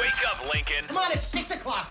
Wake up, Lincoln. Come on, it's 6 o'clock.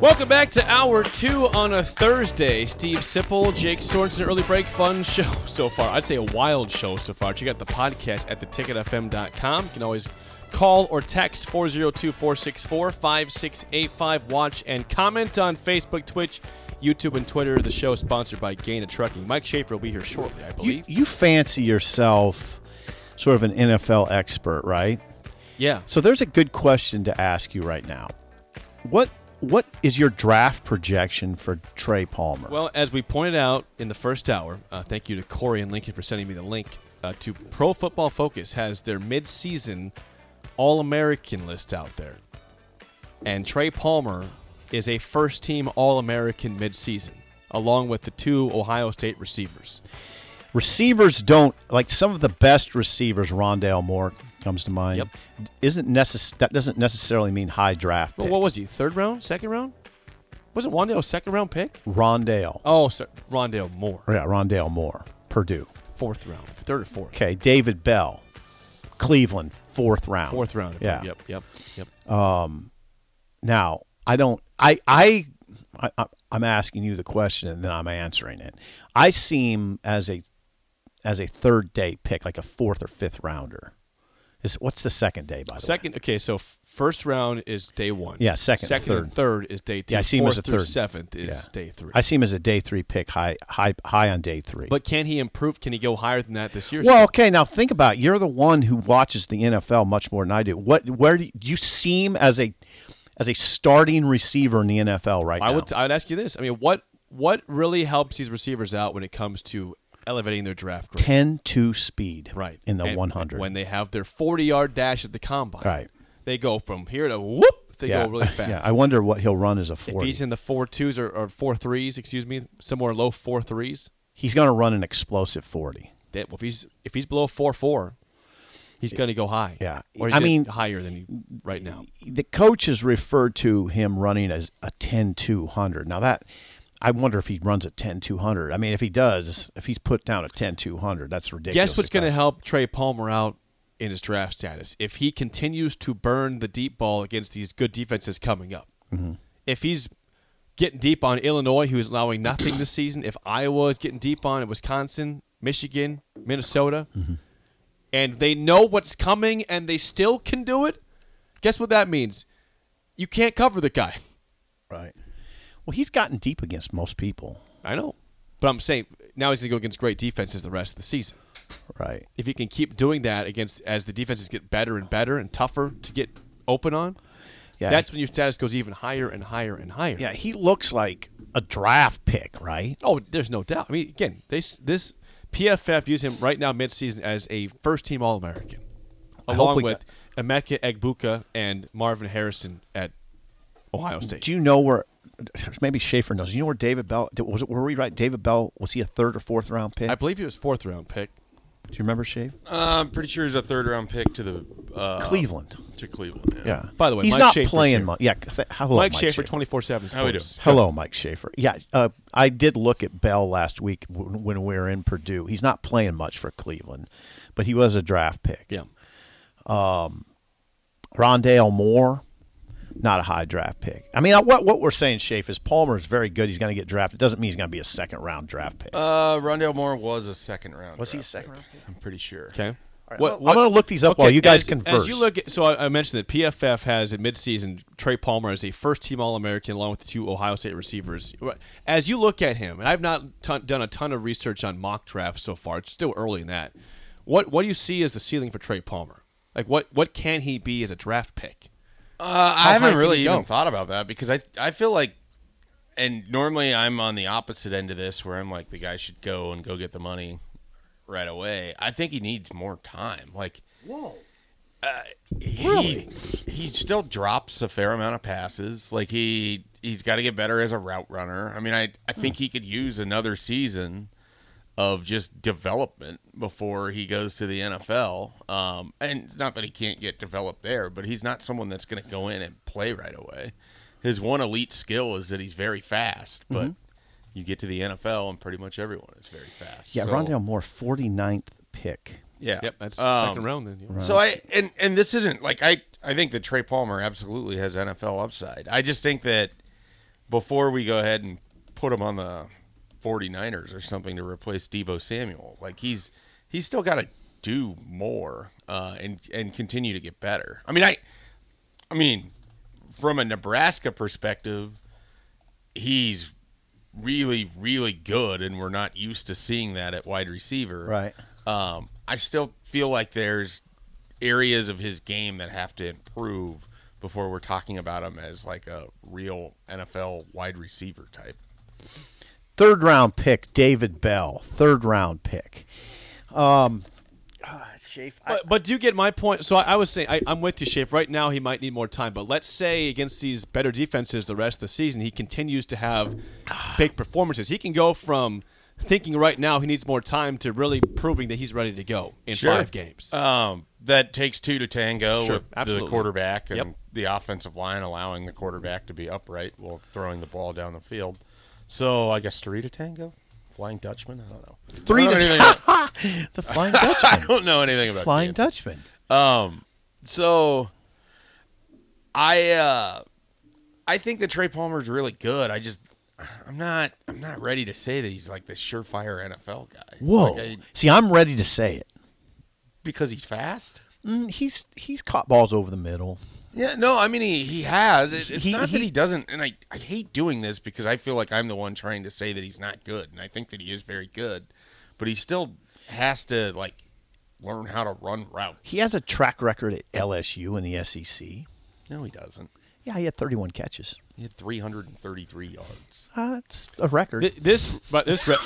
Welcome back to hour two on a Thursday. Steve Sipple, Jake Sorensen, early break fun show so far. I'd say a wild show so far. Check out the podcast at theticketfm.com. You can always call or text 402 464 5685. Watch and comment on Facebook, Twitch, YouTube, and Twitter. The show is sponsored by Gaina Trucking. Mike Schaefer will be here shortly, I You, believe. you fancy yourself sort of an NFL expert, right? yeah. So there's a good question to ask you right now. What what is your draft projection for Trey Palmer? Well, as we pointed out in the first hour, uh, thank you to Corey and Lincoln for sending me the link uh, to Pro Football Focus has their mid-season All-American list out there, and Trey Palmer is a first-team All-American mid-season, along with the two Ohio State receivers. receivers don't like some of the best receivers. Rondale Moore comes to mind. Yep. Isn't necess- that doesn't necessarily mean high draft. Well, Pick. what was he? Third round? Second round? Wasn't Wandale a second round pick? Rondale. Oh, sorry, Rondale Moore, Yeah, Rondale Moore, Purdue. fourth round, third or fourth, Okay, David Bell, Cleveland, fourth round. fourth round. Yeah. Yep. Yep. Yep. Now, I don't. I I, I I- I'm asking you the question, and then I'm answering it. I seem as a as a third day pick, like a fourth or fifth rounder. Is what's the second day by the way? Second, okay, so f- first round is day one. Yeah, second, second and third is day two. Yeah, I see him Fourth as a through third. seventh is Yeah. day three. I seem as a day three pick, high high high on day three. but can he improve? Can he go higher than that this year? well, okay. Now think about it. you're the one who watches the NFL much more than I do. What where do you, do you seem as a as a starting receiver in the NFL right I now? would. I would ask you this. I mean, what what really helps these receivers out when it comes to elevating their draft grade? 10 to speed right in the And 100 when they have their forty yard dash at the combine. Right. They go from here to whoop. They go really fast. yeah i wonder what he'll run as a 40 if he's in the four twos or, or four threes, excuse me, somewhere low four threes. he's going to run an explosive 40 That well, if he's if he's below four four, he's going to go high. Yeah. or he's I gonna- mean- higher than he right now. the coaches refer to him running as a 10 200 now that i wonder if he runs a 10 200 i mean if he does if he's put down a 10 200 that's ridiculous Guess what's if going to that's- help Trey Palmer out in his draft status if he continues to burn the deep ball against these good defenses coming up. Mm-hmm. If he's getting deep on Illinois, who is allowing nothing this season. If Iowa is getting deep on Wisconsin, Michigan, Minnesota, Mm-hmm. and they know what's coming and they still can do it. Guess what that means? You can't cover the guy. right well he's gotten deep against most people I know. But I'm saying now he's going to go against great defenses the rest of the season. right If he can keep doing that against as the defenses get better and better and tougher to get open on, yeah that's when your status goes even higher and higher and higher. yeah he looks like a draft pick right Oh, there's no doubt. I mean, again, this this PFF views him right now midseason as a first team All American, hope along we with Emeka Egbuka and Marvin Harrison at Ohio State. do you know where maybe Schaefer knows you know where david bell was it were we right david bell was he a third or fourth round pick I believe he was fourth round pick. do you remember Shave? Uh, I'm pretty sure he's a third round pick to the uh, cleveland to Cleveland. Yeah. Yeah. By the way, he's Mike not Schaefer's playing here. much. Yeah. th- hello, Mike, Mike, Schaefer, twenty four seven. How we doing? Hello, Mike Schaefer. Yeah, uh, I did look at Bell last week w- when we were in Purdue. He's not playing much for Cleveland, but he was a draft pick. Yeah. Rondale Moore, not a high draft pick. I mean, I- what what we're saying, Shafe, is Palmer is very good. He's going to get drafted. Doesn't mean he's going to be a second round draft pick. Uh, Rondell Moore was a second round. Was he a draft second pick. round I'm pretty sure. Okay. I'm gonna look these up while you guys as, converse. As you look at, so I, I mentioned that PFF has in midseason Trey Palmer as a first-team All-American along with the two Ohio State receivers. As you look at him, and I've not ton, done a ton of research on mock drafts so far. It's still early in that. What what do you see as the ceiling for Trey Palmer? Like what what can he be as a draft pick? Uh, I high haven't can really you go? even thought about that because I I feel like, and normally I'm on the opposite end of this where I'm like the guy should go and go get the money right away. I think he needs more time. Like, whoa, uh, really? He, still drops a fair amount of passes. Like he he's got to get better as a route runner. I mean, I I think he could use another season of just development before he goes to the NFL. Um, and it's not that he can't get developed there, but he's not someone that's going to go in and play right away. His one elite skill is that he's very fast, but you get to the NFL and pretty much everyone is very fast. yeah, So- Rondell Moore, 49th pick. Yeah, Yep, that's Um, second round then. yeah. So I and and this isn't like I I think that Trey Palmer absolutely has NFL upside. I just think that before we go ahead and put him on the 49ers or something to replace Debo Samuel, like he's he's still got to do more uh, and and continue to get better. I mean I I mean from a Nebraska perspective, he's really really good and we're not used to seeing that at wide receiver. Right. Um, I still feel like there's areas of his game that have to improve before we're talking about him as like a real NFL wide receiver type. Third round pick, David Bell. Third round pick. Um, But, but do you get my point? So I, I was saying I, I'm with you, Shafe. Right now, he might need more time. But let's say against these better defenses the rest of the season, he continues to have big performances. He can go from thinking right now he needs more time to really proving that he's ready to go in five games. Um, that takes two to tango Sure, with absolutely. the quarterback and Yep. the offensive line allowing the quarterback to be upright while throwing the ball down the field. So I guess three to tango, Flying Dutchman. I don't know. Three I don't to- know anything about- The Flying I Dutchman. don't know anything about Flying Dutchman. Dutchman. Um, so I uh, I think that Trey Palmer's really good. I just I'm not I'm not ready to say that he's like the surefire NFL guy. Whoa. Like, I- See, I'm ready to say it. because he's fast. Mm, he's he's caught balls over the middle. Yeah, no, I mean he he has. It, it's He- not that he- he doesn't, and I I hate doing this because I feel like I'm the one trying to say that he's not good, and I think that he is very good, but he still has to like learn how to run routes. He has a track record at LSU and the SEC. No, he doesn't. Yeah, he had 31 catches. He had 333 yards. Uh, it's a record. Th- this, but this, re-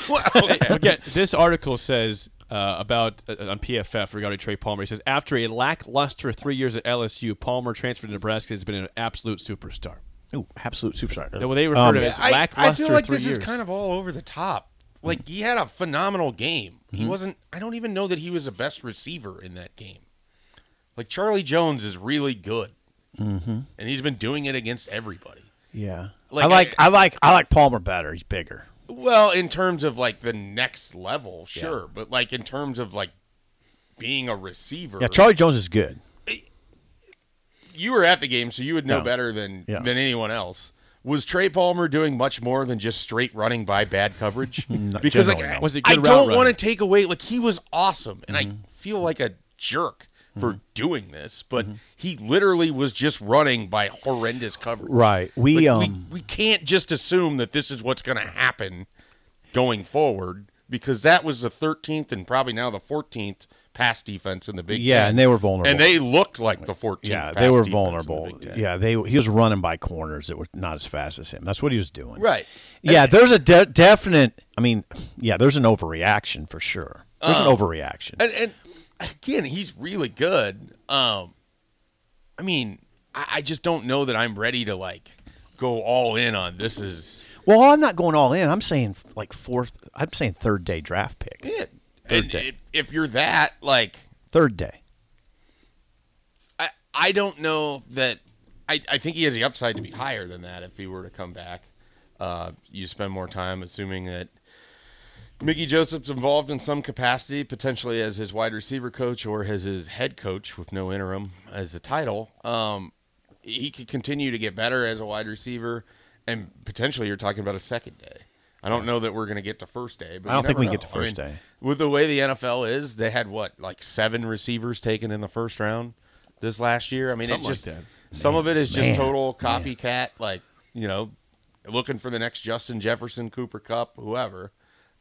okay, this article says uh, about uh, on PFF regarding Trey Palmer. He says after a lackluster three years at LSU, Palmer transferred to Nebraska has been an absolute superstar. Ooh, absolute superstar. Um, The way they refer to it as I- lackluster I feel like three this years. is kind of all over the top. Like he had a phenomenal game. He wasn't. I don't even know that he was the best receiver in that game. Like Charlie Jones is really good, mm-hmm. and he's been doing it against everybody. yeah. Like, I like I- I, like I like Palmer better. He's bigger. Well, in terms of like the next level, sure, but like in terms of like being a receiver, Yeah, Charlie Jones is good. you were at the game, so you would know Yeah. better than Yeah. than anyone else. Was Trey Palmer doing much more than just straight running by bad coverage? because like, generally, no. Mm-hmm. I- Was he I good route don't runner? want to take away like he was awesome, and I feel like a jerk for doing this, but Mm-hmm. he literally was just running by horrendous coverage. Right. We Like, um we we can't just assume that this is what's going to happen going forward because that was the 13th and probably now the 14th pass defense in the Big Yeah, Ten. and they were vulnerable. and they looked like the 14th. yeah, pass they were defense in the vulnerable. Big Ten. yeah, they he was running by corners that were not as fast as him. That's what he was doing. Right. Yeah, there's a de- definite I mean, yeah, there's an overreaction for sure. There's an overreaction. Uh, And, and again, he's really good. Um, I mean, I, I just don't know that I'm ready to like go all in on this. Is well, I'm not going all in. I'm saying like fourth I'm saying third day draft pick. it? Third And day. if, if you're that like, Third day. I I don't know that. I, I think he has the upside to be higher than that if he were to come back. Uh, you spend more time assuming that Mickey Joseph's involved in some capacity, potentially as his wide receiver coach or as his head coach with no interim as a title. Um, he could continue to get better as a wide receiver, and potentially you're talking about a second day. I don't know that we're going to get to first day. But I don't you think never we get know. to first I mean, day. With the way the NFL is, they had what like seven receivers taken in the first round this last year. I mean, Something it's like just that. some of it is just Man. total copycat, like you know, looking for the next Justin Jefferson, Cooper Cup, whoever.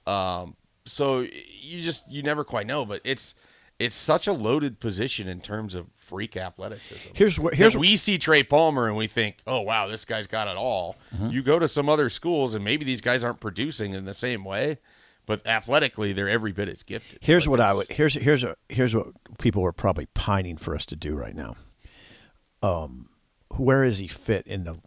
Um, so you just you never quite know, but it's it's such a loaded position in terms of freak athleticism. Here's where- That here's- we see Trey Palmer and we think, oh wow, this guy's got it all. Mm-hmm. You go to some other schools and maybe these guys aren't producing in the same way, but athletically they're every bit as gifted. Here's Like, what I it's- would here's here's a, here's what people were probably pining for us to do right now. Um, where is he fit in the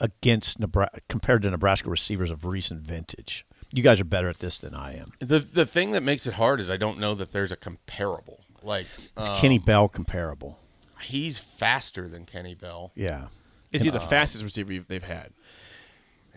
against Nebraska compared to Nebraska receivers of recent vintage? You guys are better at this than I am. the the thing that makes it hard is I don't know that there's a comparable. Like Is uh, Um, Kenny Bell comparable? he's faster than Kenny Bell. Yeah, Is he the fastest receiver you've- they've had?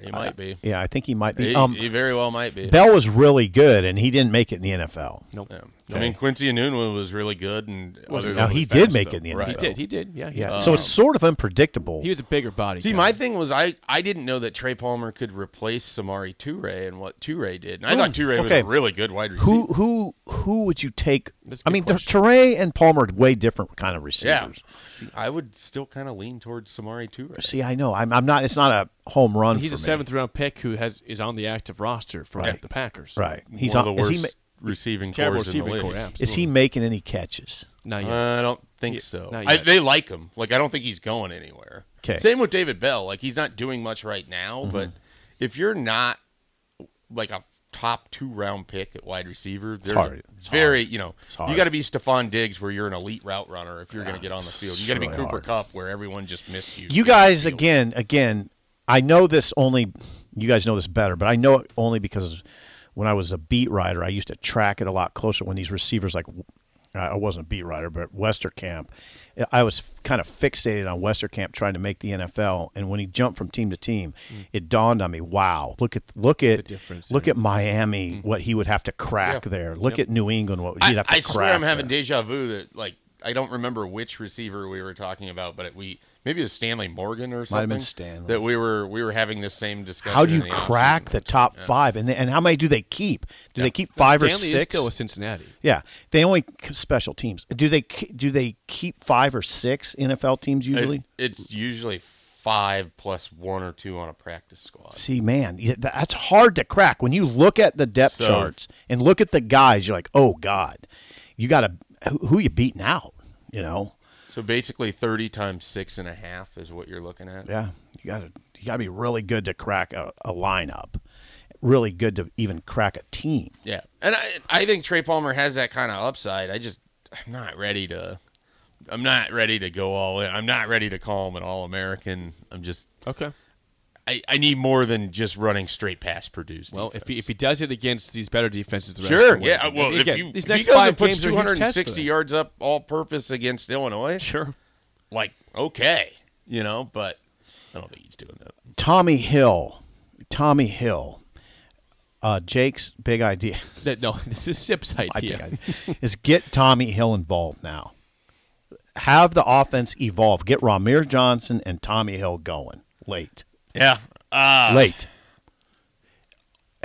He might be. yeah, I think Uh, he might be. He, um, he very well might be. Bell was really good, and he didn't make it in the NFL. Nope. Yeah. I Okay. mean, Quincy Anunua was really good, and other Wasn't Now than- really he did fast, make though. it in the Right. NFL. He did. He did. Yeah. He Yeah, did. so it's sort of unpredictable. Um, he was a bigger body. See, guy. my thing was I, I didn't know that Trey Palmer could replace Samari Toure and what Toure did. And I thought Toure was Oh, okay. a really good wide receiver. who who who would you take? That's a I good mean, the question. Teray and Palmer are way different kind of yeah. receivers. See, I would still kind of lean towards Samari Toure. See, I know I'm, I'm not. It's not a home run. He's for a me. seventh round pick who has is on the active roster for the Packers. right? He's one on. of the worst is he ma- receiving Terrible cores in receiving the core. league. Absolutely. is he making any catches? Not yet. Uh, I don't think Yeah, so. not I, yet. they like him. Like I don't think he's going anywhere. 'Kay. Same with David Bell. Like he's not doing much right now, but if you're not like a top two round pick at wide receiver, there's hard. a very you know you hard. got to be Stephon Diggs where you're an elite route runner if you're going to get on the field. You got to be really Cooper hard. Cup where everyone just missed you. You guys, again, again, I know this only. You guys know this better, but I know it only because when I was a beat writer, I used to track it a lot closer. When these receivers, like I wasn't a beat writer, but Westerkamp, I was kind of fixated on Westerkamp trying to make the NFL. And when he jumped from team to team, it dawned on me: Wow, look at look at Mm. difference, Mm. look at Miami, what he would have to crack there. Look at New England, what he'd I, have to I crack. swear I'm having there. deja vu that like I don't remember which receiver we were talking about, but it, we maybe it was Stanley Morgan or something. have been Stanley. That we were we were having this same discussion. How do in you the offseason. crack the top five, and and how many do they keep? Do they keep five Stanley or six? is still with Cincinnati. Yeah, they only k- special teams. Do they k- do they keep five or six NFL teams It- usually? it's usually five plus one or two on a practice squad. See, man, y- tha- that's hard to crack. When you look at the depth So- charts and look at the guys, you're like, oh god, you got to who, who you beating out? You know, So basically, thirty times six and a half is what you're looking at. yeah, you got to you got to be really good to crack a, a lineup, really good to even crack a team. Yeah, and I I think Trey Palmer has that kind of upside. I just I'm not ready to. I'm not ready to go all in. I'm not ready to call him an All American. I'm just Okay. I, I need more than just running straight past Purdue's. Well, if he, if defense. he does it against these better defenses, the rest sure, of the way, yeah. Well, again, if you, these if next he goes five and puts games are a huge test for 260 them. yards up all purpose against Illinois, Sure. like okay, you know, but I don't think he's doing that. Tommy Hill, Tommy Hill, uh, Jake's big idea. That, no, this is Sip's I idea. think I, is get Tommy Hill involved now. Have the offense evolve. Get Ramir Johnson and Tommy Hill going late. Yeah. Uh, Uh, late.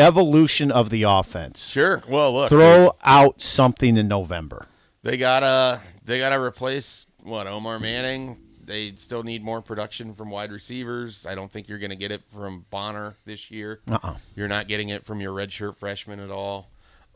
Evolution of the offense. Sure. Well, look, Throw out something in November. they gotta they gotta replace what Omar Manning. They still need more production from wide receivers. I don't think you're going to get it from Bonner this year. Uh-uh. You're not getting it from your redshirt freshman at all.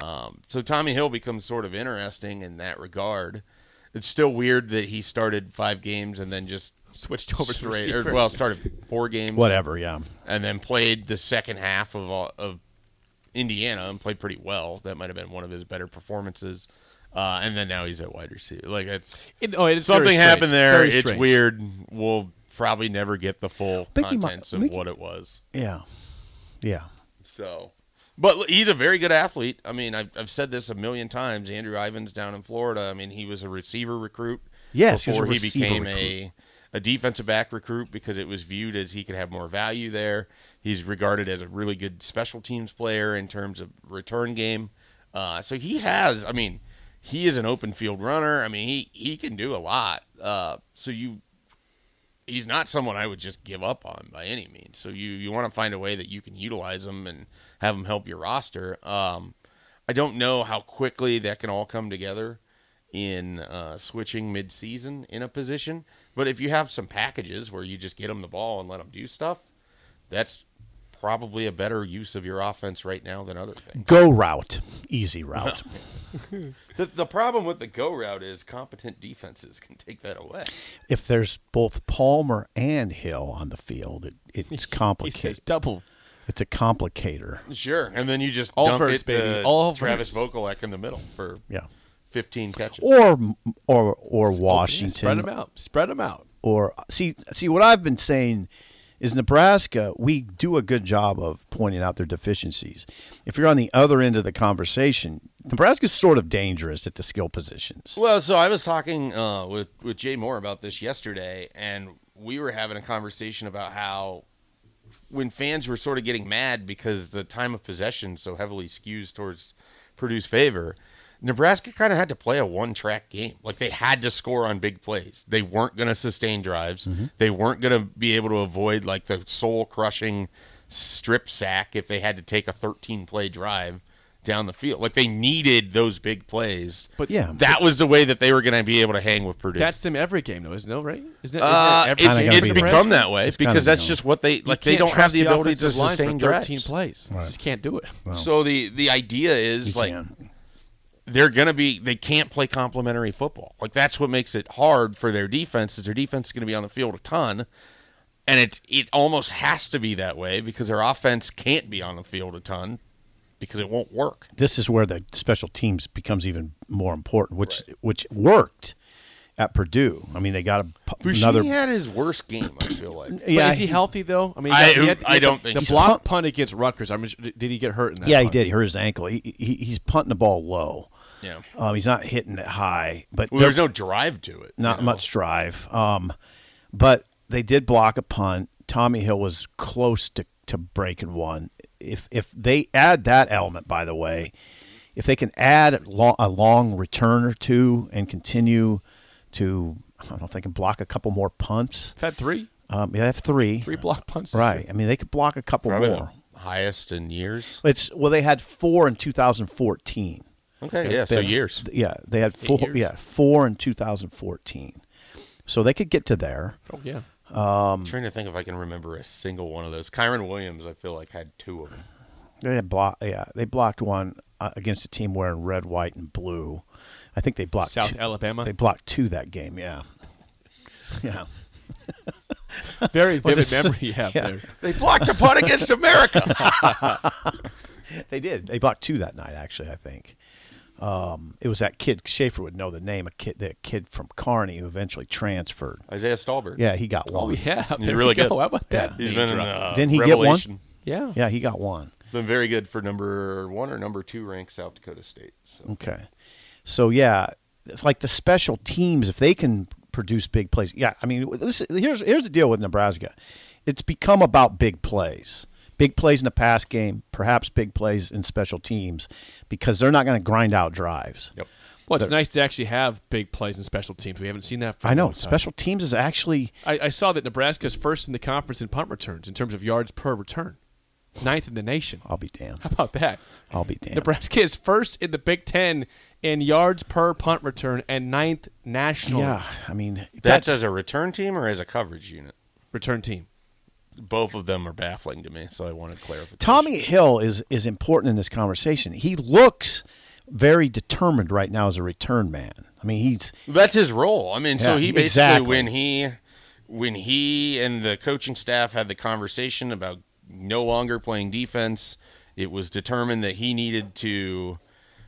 Um, so Tommy Hill becomes sort of interesting in that regard. It's still weird that he started five games and then just Switched over to straight, receiver. or, well started four games Whatever, yeah. and then played the second half of all, of Indiana and played pretty well. That might have been one of his better performances. Uh, and then now he's at wide receiver. Like it's It- oh, it's very something strange. happened there. Very It's strange. weird. We'll probably never get the full Mickey Mo- contents of Mickey- what it was. Yeah. Yeah. So, but l- he's a very good athlete. I mean, I've, I've said this a million times. Andrew Ivans down in Florida. I mean, he was a receiver recruit. Yes, he was a before he, receiver became a a defensive back recruit because it was viewed as he could have more value there. He's regarded as a really good special teams player in terms of return game. Uh, so he has. I mean, he is an open field runner. I mean, he he can do a lot. Uh, so you he's not someone I would just give up on by any means. So you you want to find a way that you can utilize him and have him help your roster. Um, I don't know how quickly that can all come together in uh, switching midseason in a position, but if you have some packages where you just get him the ball and let him do stuff, that's probably a better use of your offense right now than other things. Go route. Easy route. The, the problem with the go route is competent defenses can take that away. if there's both Palmer and Hill on the field, it, it's He complicated. says double. It's a complicator. Sure, and then you just All dump first, it baby. to All Travis first. Vokolek in the middle for Yeah. 15 catches. Or or or Spread them Washington out. Spread them out. or see see what I've been saying is Nebraska. We do a good job of pointing out their deficiencies. If you're on the other end of the conversation, Nebraska's sort of dangerous at the skill positions. Well, so I was talking uh, with with Jay Moore about this yesterday, and we were having a conversation about how when fans were sort of getting mad because the time of possession so heavily skews towards Purdue's favor. Nebraska kind of had to play a one track game. Like they had to score on big plays. They weren't going to sustain drives. They weren't going to be able to avoid like the soul crushing strip sack if they had to take a 13 play drive down the field. Like they needed those big plays. But Yeah. That was the way that they were going to be able to hang with Purdue. That's them every game, though, isn't it? Right? Isn't it? uh, isn't it every it's, Kinda game gotta it's be for that. become that way It's kinda because that's become just what they You like. They can't don't trust have the ability to offensive line sustain for 13 drives. plays. You Just can't do it. So the the idea is like they're gonna be they can't play complementary football. Like that's what makes it hard for their defense. Is their defense is gonna be on the field a ton, and it it almost has to be that way because their offense can't be on the field a ton because it won't work. This is where the special teams becomes even more important, which which worked at Purdue. I mean, they got a, p- Bushini another. had his worst game. I feel like Yeah, yeah, is he healthy though? I mean, I- he I don't think the so. block punt against Rutgers. I mean, did he get hurt in that? yeah, he punt? did. He hurt his ankle. He, he he's punting the ball low. yeah. Um, he's not hitting it high, but Well, there's no drive to it. not much drive. Um, but they did block a punt. Tommy Hill was close to, to breaking one. If if they add that element, by the way, if they can add lo- a long return or two and continue to, I don't know if they can block a couple more punts. Had three, Um, yeah, they have three, three block punts. this right? year. I mean, they could block a couple Probably more. the highest in years. It's well, they had four in 2014. Okay, yeah, They so had- years. Yeah, they had four. years. Yeah, four in 2014. So they could get to there. Oh yeah. um, I'm trying to think if I can remember a single one of those. Kyron Williams, I feel like had two of them. They had block. Yeah, they blocked one uh, against a team wearing red, white, and blue. I think they blocked South two, Alabama. They blocked two that game. Yeah, yeah. Very Was vivid it- memory you have yeah. there. They blocked a punt against America. They did. They blocked two that night. Actually, I think um, it was that kid. Schaefer would know the name. A kid, the kid from Carney who eventually transferred. Isaiah Stallberg. Yeah, he got one. Oh yeah, He's there really we go. good. How about that? He's name been in, drop? uh, Didn't he get one? revelation. yeah. yeah, he got one. Been very good for number one or number two ranked South Dakota State. So Okay. So yeah, it's like the special teams if they can produce big plays. Yeah, I mean, this, here's here's the deal with Nebraska. It's become about big plays. Big plays in the pass game, perhaps big plays in special teams because they're not going to grind out drives. Yep. Well, it's nice to actually have big plays in special teams. We haven't seen that. For a I know long time. special teams is actually I, I saw that Nebraska's first in the conference in punt returns in terms of yards per return, ninth in the nation. I'll be damned. How about that? I'll be damned. Nebraska is first in the Big Ten in yards per punt return and ninth national Yeah, I mean that's that- as a return team or as a coverage unit. return team. Both of them are baffling to me, so I wanted clarification. Tommy Hill is is important in this conversation. He looks very determined right now as a return man. I mean, he's That's his role. I mean, so Yeah, he basically exactly. when he when he and the coaching staff had the conversation about no longer playing defense It was determined that he needed to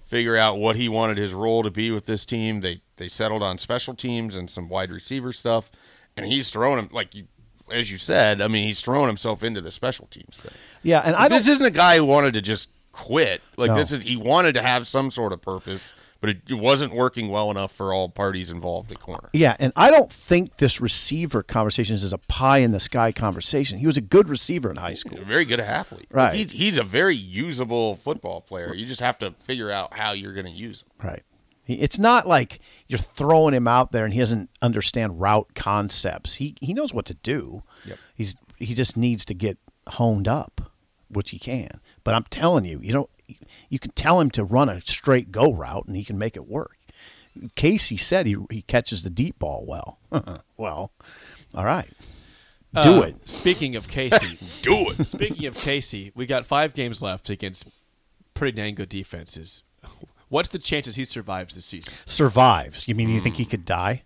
figure out what he wanted his role to be with this team. They they settled on special teams and some wide receiver stuff, and he's thrown him like you, as you said. I mean, he's thrown himself into the special teams thing. Yeah, and I don't. this isn't a guy who wanted to just quit. Like No. this is he wanted to have some sort of purpose, but it, it wasn't working well enough for all parties involved at corner. Yeah, and I don't think this receiver conversation is a pie in the sky conversation. He was a good receiver in high school. A very good athlete. Right. He's, he's a very usable football player. You just have to figure out how you're going to use him. Right. He- It's not like you're throwing him out there and he doesn't understand route concepts. He he knows what to do. Yep. He's he just needs to get honed up, which he can. But I'm telling you, you know, you can tell him to run a straight go route and he can make it work. Casey said he he catches the deep ball well. well, all right, do Uh, it. Speaking of Casey, Do it. speaking of Casey, we got five games left against pretty dang good defenses. What's the chances he survives this season? survives. You mean you think he could die?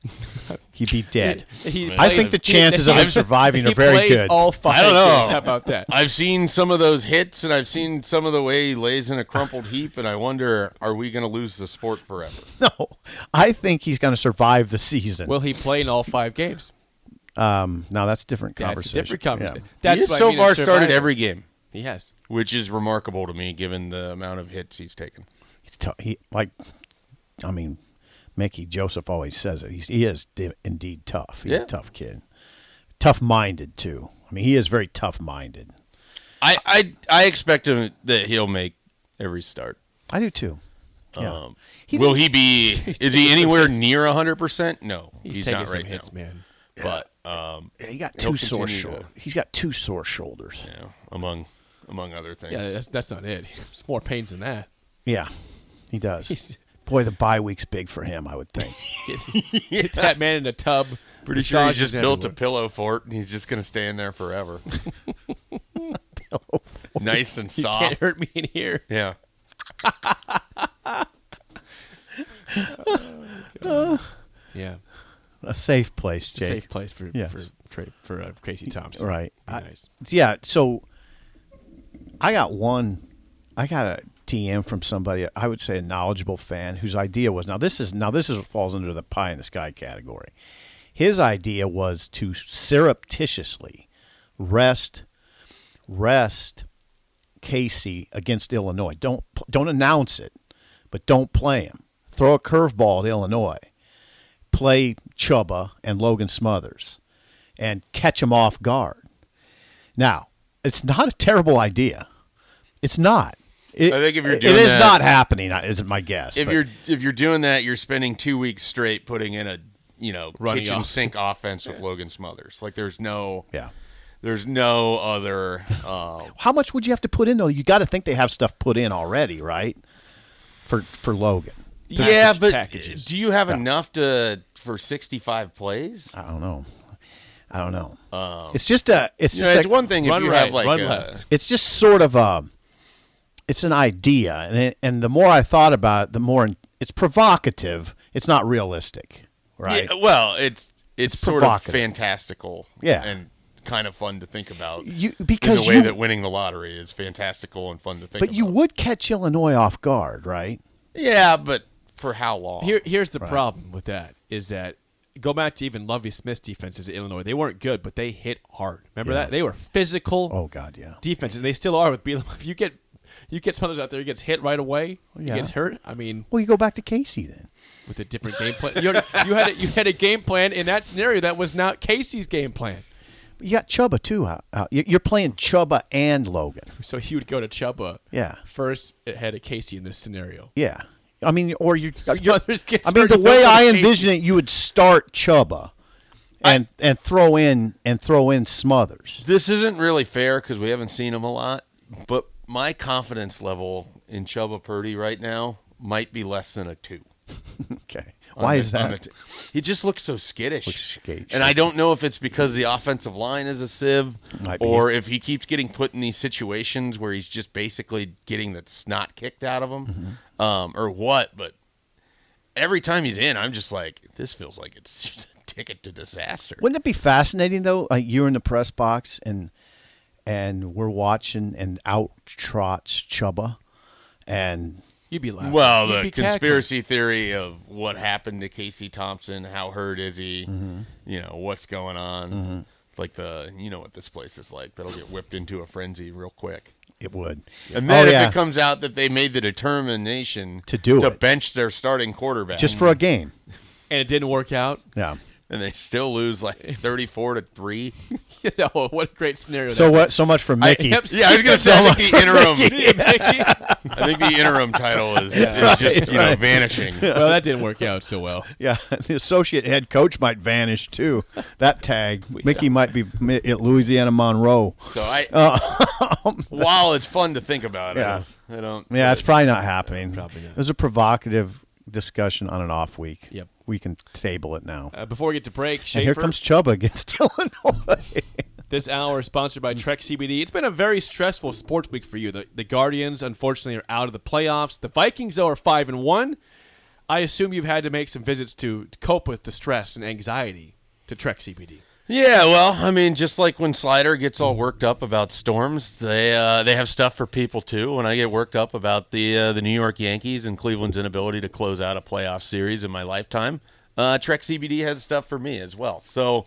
He'd be dead. He- he I plays- think the chances of him surviving he are very plays good. All five I don't know. games. How about that? I've seen some of those hits, and I've seen some of the way he lays in a crumpled heap, and I wonder, are we going to lose the sport forever? no, I think he's going to survive the season. Will he play in all five games? now that's a different That's a conversation. different conversation. Yeah. That's he has what so I mean, far it's started survival. every game, He has. which is remarkable to me given the amount of hits he's taken. He's tou- he, like, I mean, Mickey Joseph always says it. He's, he is di- indeed tough. He's Yeah. a tough kid, tough minded too. I mean, he is very tough minded. I, I, I expect him that he'll make every start. I do too. Yeah. Um, He will didn't- he be? Is he anywhere near hundred percent? No, He's, he's, taking not some right hits, now. man. But um, Yeah, he got He'll two sore continue to- shoulders. He's got two sore shoulders. you know, among among other things, Yeah, that's that's not it. It's more pains than that. Yeah, he does. He's- Boy, the bye week's big for him. I would think. Get that man in a tub. pretty sure he massages just built a everywhere. pillow fort, and he's just going to stay in there forever. nice and You can't soft. hurt me in here. Yeah. Yeah, a safe place, it's a Jake. safe place for Yes. for Tra- for uh, Casey Thompson. Right. Be I- nice. yeah. So I got one. I got a DM from somebody. I would say a knowledgeable fan whose idea was now this is now this is falls under the pie in the sky category. His idea was to surreptitiously rest rest Casey against Illinois. Don't don't announce it, but don't play him. Throw a curveball at Illinois. Play Chuba and Logan Smothers, and catch him off guard. Now, it's not a terrible idea. It's not. It- I think if you're it doing is that- not happening. Is my guess. If but- you're if you're doing that, you're spending two weeks straight putting in a you know Running kitchen off. sink offense with Logan Smothers. Like there's no yeah. there's no other. Uh, How much would you have to put in though? You got to think they have stuff put in already, right? For for Logan. yeah, but packages. do you have enough to for 65 plays? I don't know. I don't know. it's just a. It's Um, just You know, it's a- one thing if Run you right, have like uh, run a- left. it's just sort of a it's an idea and it, and the more i thought about it the more it's provocative it's not realistic right Yeah, uh, well, it's it's, sort of provocative. fantastical. Yeah. and kind of fun to think about. You- in because the way you- that winning the lottery is fantastical and fun to think. but you about. would catch illinois off guard right yeah, but for how long? Here, here's the problem with that is that go back to even Lovey Smith's defenses at Illinois. They weren't good, but they hit hard. Remember Yeah. that they were physical. oh god yeah defenses. They still are with Bielema. If you get you get Smothers out there, he gets hit right away. Yeah. He gets hurt. I mean, well you go back to casey then with a different game plan. You had, you had a, you had a game plan in that scenario that was not Casey's game plan. you got chuba too out, out. You- you're playing chuba and logan So he would go to Chuba. Yeah. First ahead of Casey in this scenario. yeah i mean or you you're, Smothers gets i mean hurt, the you way go i to Casey. envision it you would start chuba and and throw in and throw in smothers This isn't really fair because we haven't seen him a lot. But my confidence level in Chuba Purdy right now might be less than a two. okay on why the- is on that the t- he just looks so skittish. Looks skate- and I don't know if it's because the offensive line is a sieve, Might be. or if he keeps getting put in these situations where he's just basically getting the snot kicked out of him, Mm-hmm. um, or what. But every time he's in, I'm just like, this feels like it's just a ticket to disaster. Wouldn't it be fascinating though? Like you're in the press box and and we're watching and out trots Chuba, and You'd be laughing. Well, You'd the be cackling. conspiracy theory of what happened to Casey Thompson, how hurt is he, Mm-hmm. you know, what's going on. Like the, you know what this place is like. That'll get whipped into a frenzy real quick. it would. And then Oh, if yeah. it comes out that they made the determination To do to it. bench their starting quarterback, just for a game. and it didn't work out. Yeah. and they still lose like thirty-four to three. you know Oh, what a great scenario. So that what? So much for Mickey. am Yeah, I was gonna say I think the is. interim, See you, Mickey. I think the interim title is, is just you know vanishing. well, that didn't work out so well. Yeah, the associate head coach might vanish too. That tag, Mickey might be mi- at Louisiana Monroe. So I, while it's fun to think about, Uh, Yeah. I don't. I don't Yeah, it's probably not happening. Probably not. It was a provocative discussion on an off week. Yep. we can table it now. Uh, before we get to break, Schaefer, and here comes Chuba against Illinois. this hour is sponsored by Trek CBD. It's been a very stressful sports week for you. The, the Guardians, unfortunately, are out of the playoffs. The Vikings, though, are five and one. I assume you've had to make some visits to, to cope with the stress and anxiety to Trek CBD. Yeah, well, I mean, just like when Slider gets all worked up about storms, they uh, they have stuff for people too. When I get worked up about the uh, the New York Yankees and Cleveland's inability to close out a playoff series in my lifetime, uh, Trek CBD has stuff for me as well. So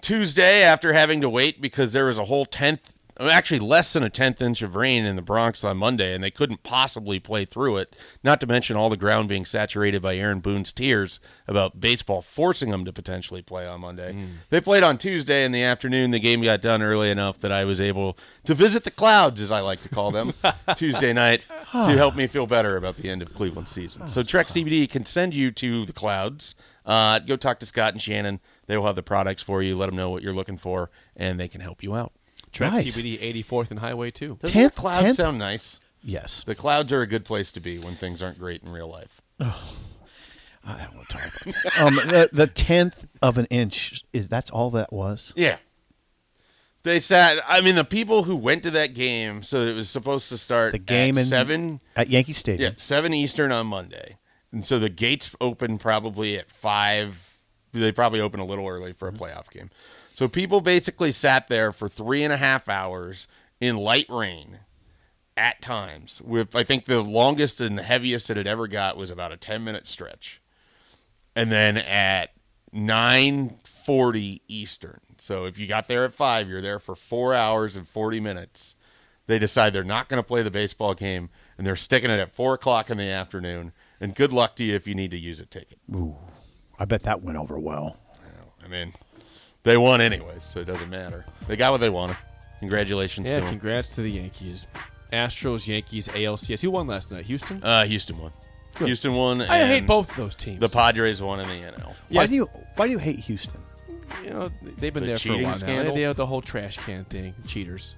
Tuesday, after having to wait because there was a whole tenth, uh, actually less than a tenth inch of rain in the Bronx on Monday, and they couldn't possibly play through it. Not to mention all the ground being saturated by Aaron Boone's tears about baseball forcing them to potentially play on Monday. They played on Tuesday in the afternoon. The game got done early enough that I was able to visit the clouds, as I like to call them, Tuesday night to help me feel better about the end of Cleveland season. So Trek CBD can send you to the clouds. Uh, go talk to Scott and Shannon. They will have the products for you. Let them know what you're looking for, and they can help you out. Trek Nice. CBD, 84th and Highway 2. Doesn't Tenth- the clouds tenth- sound nice? yes, The clouds are a good place to be when things aren't great in real life. I don't want to talk about. That. Um, the, the tenth of an inch is that's all that was. Yeah. They sat. I mean, the people who went to that game. So it was supposed to start The game at in- seven. at Yankee Yeah, Stadium. seven Eastern on Monday, and so the gates open probably at five. They probably open a little early Mm-hmm. for a playoff game. So people basically sat there for three and a half hours in light rain at times. With I think the longest and the heaviest that it ever got was about a ten minute stretch, and then at nine forty Eastern. So if you got there at five, you're there for four hours and forty minutes they decide they're not going to play the baseball game and they're sticking it at four o'clock in the afternoon. And good luck to you if you need to use a ticket. I bet that went over well. I mean, they won anyway, so it doesn't matter. They got what they wanted. Congratulations Yeah, to them. congrats to the Yankees. Astros, Yankees, ALCS. Who won last night? Houston? Uh, Houston won. Houston won. I hate and both of those teams. The Padres won in the NL. Why Yes. do you Why do you hate Houston? you know, they've been The there for a cheating while now. scandal? They, they have the whole trash can thing, cheaters.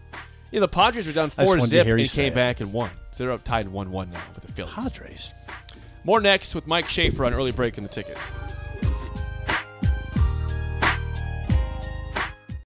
Yeah, the Padres were down just four wanted to zip hear and you he say came it. back and won. So they're up tied one one now with the Phillies. Padres. More next with Mike Schaefer on early break in the ticket.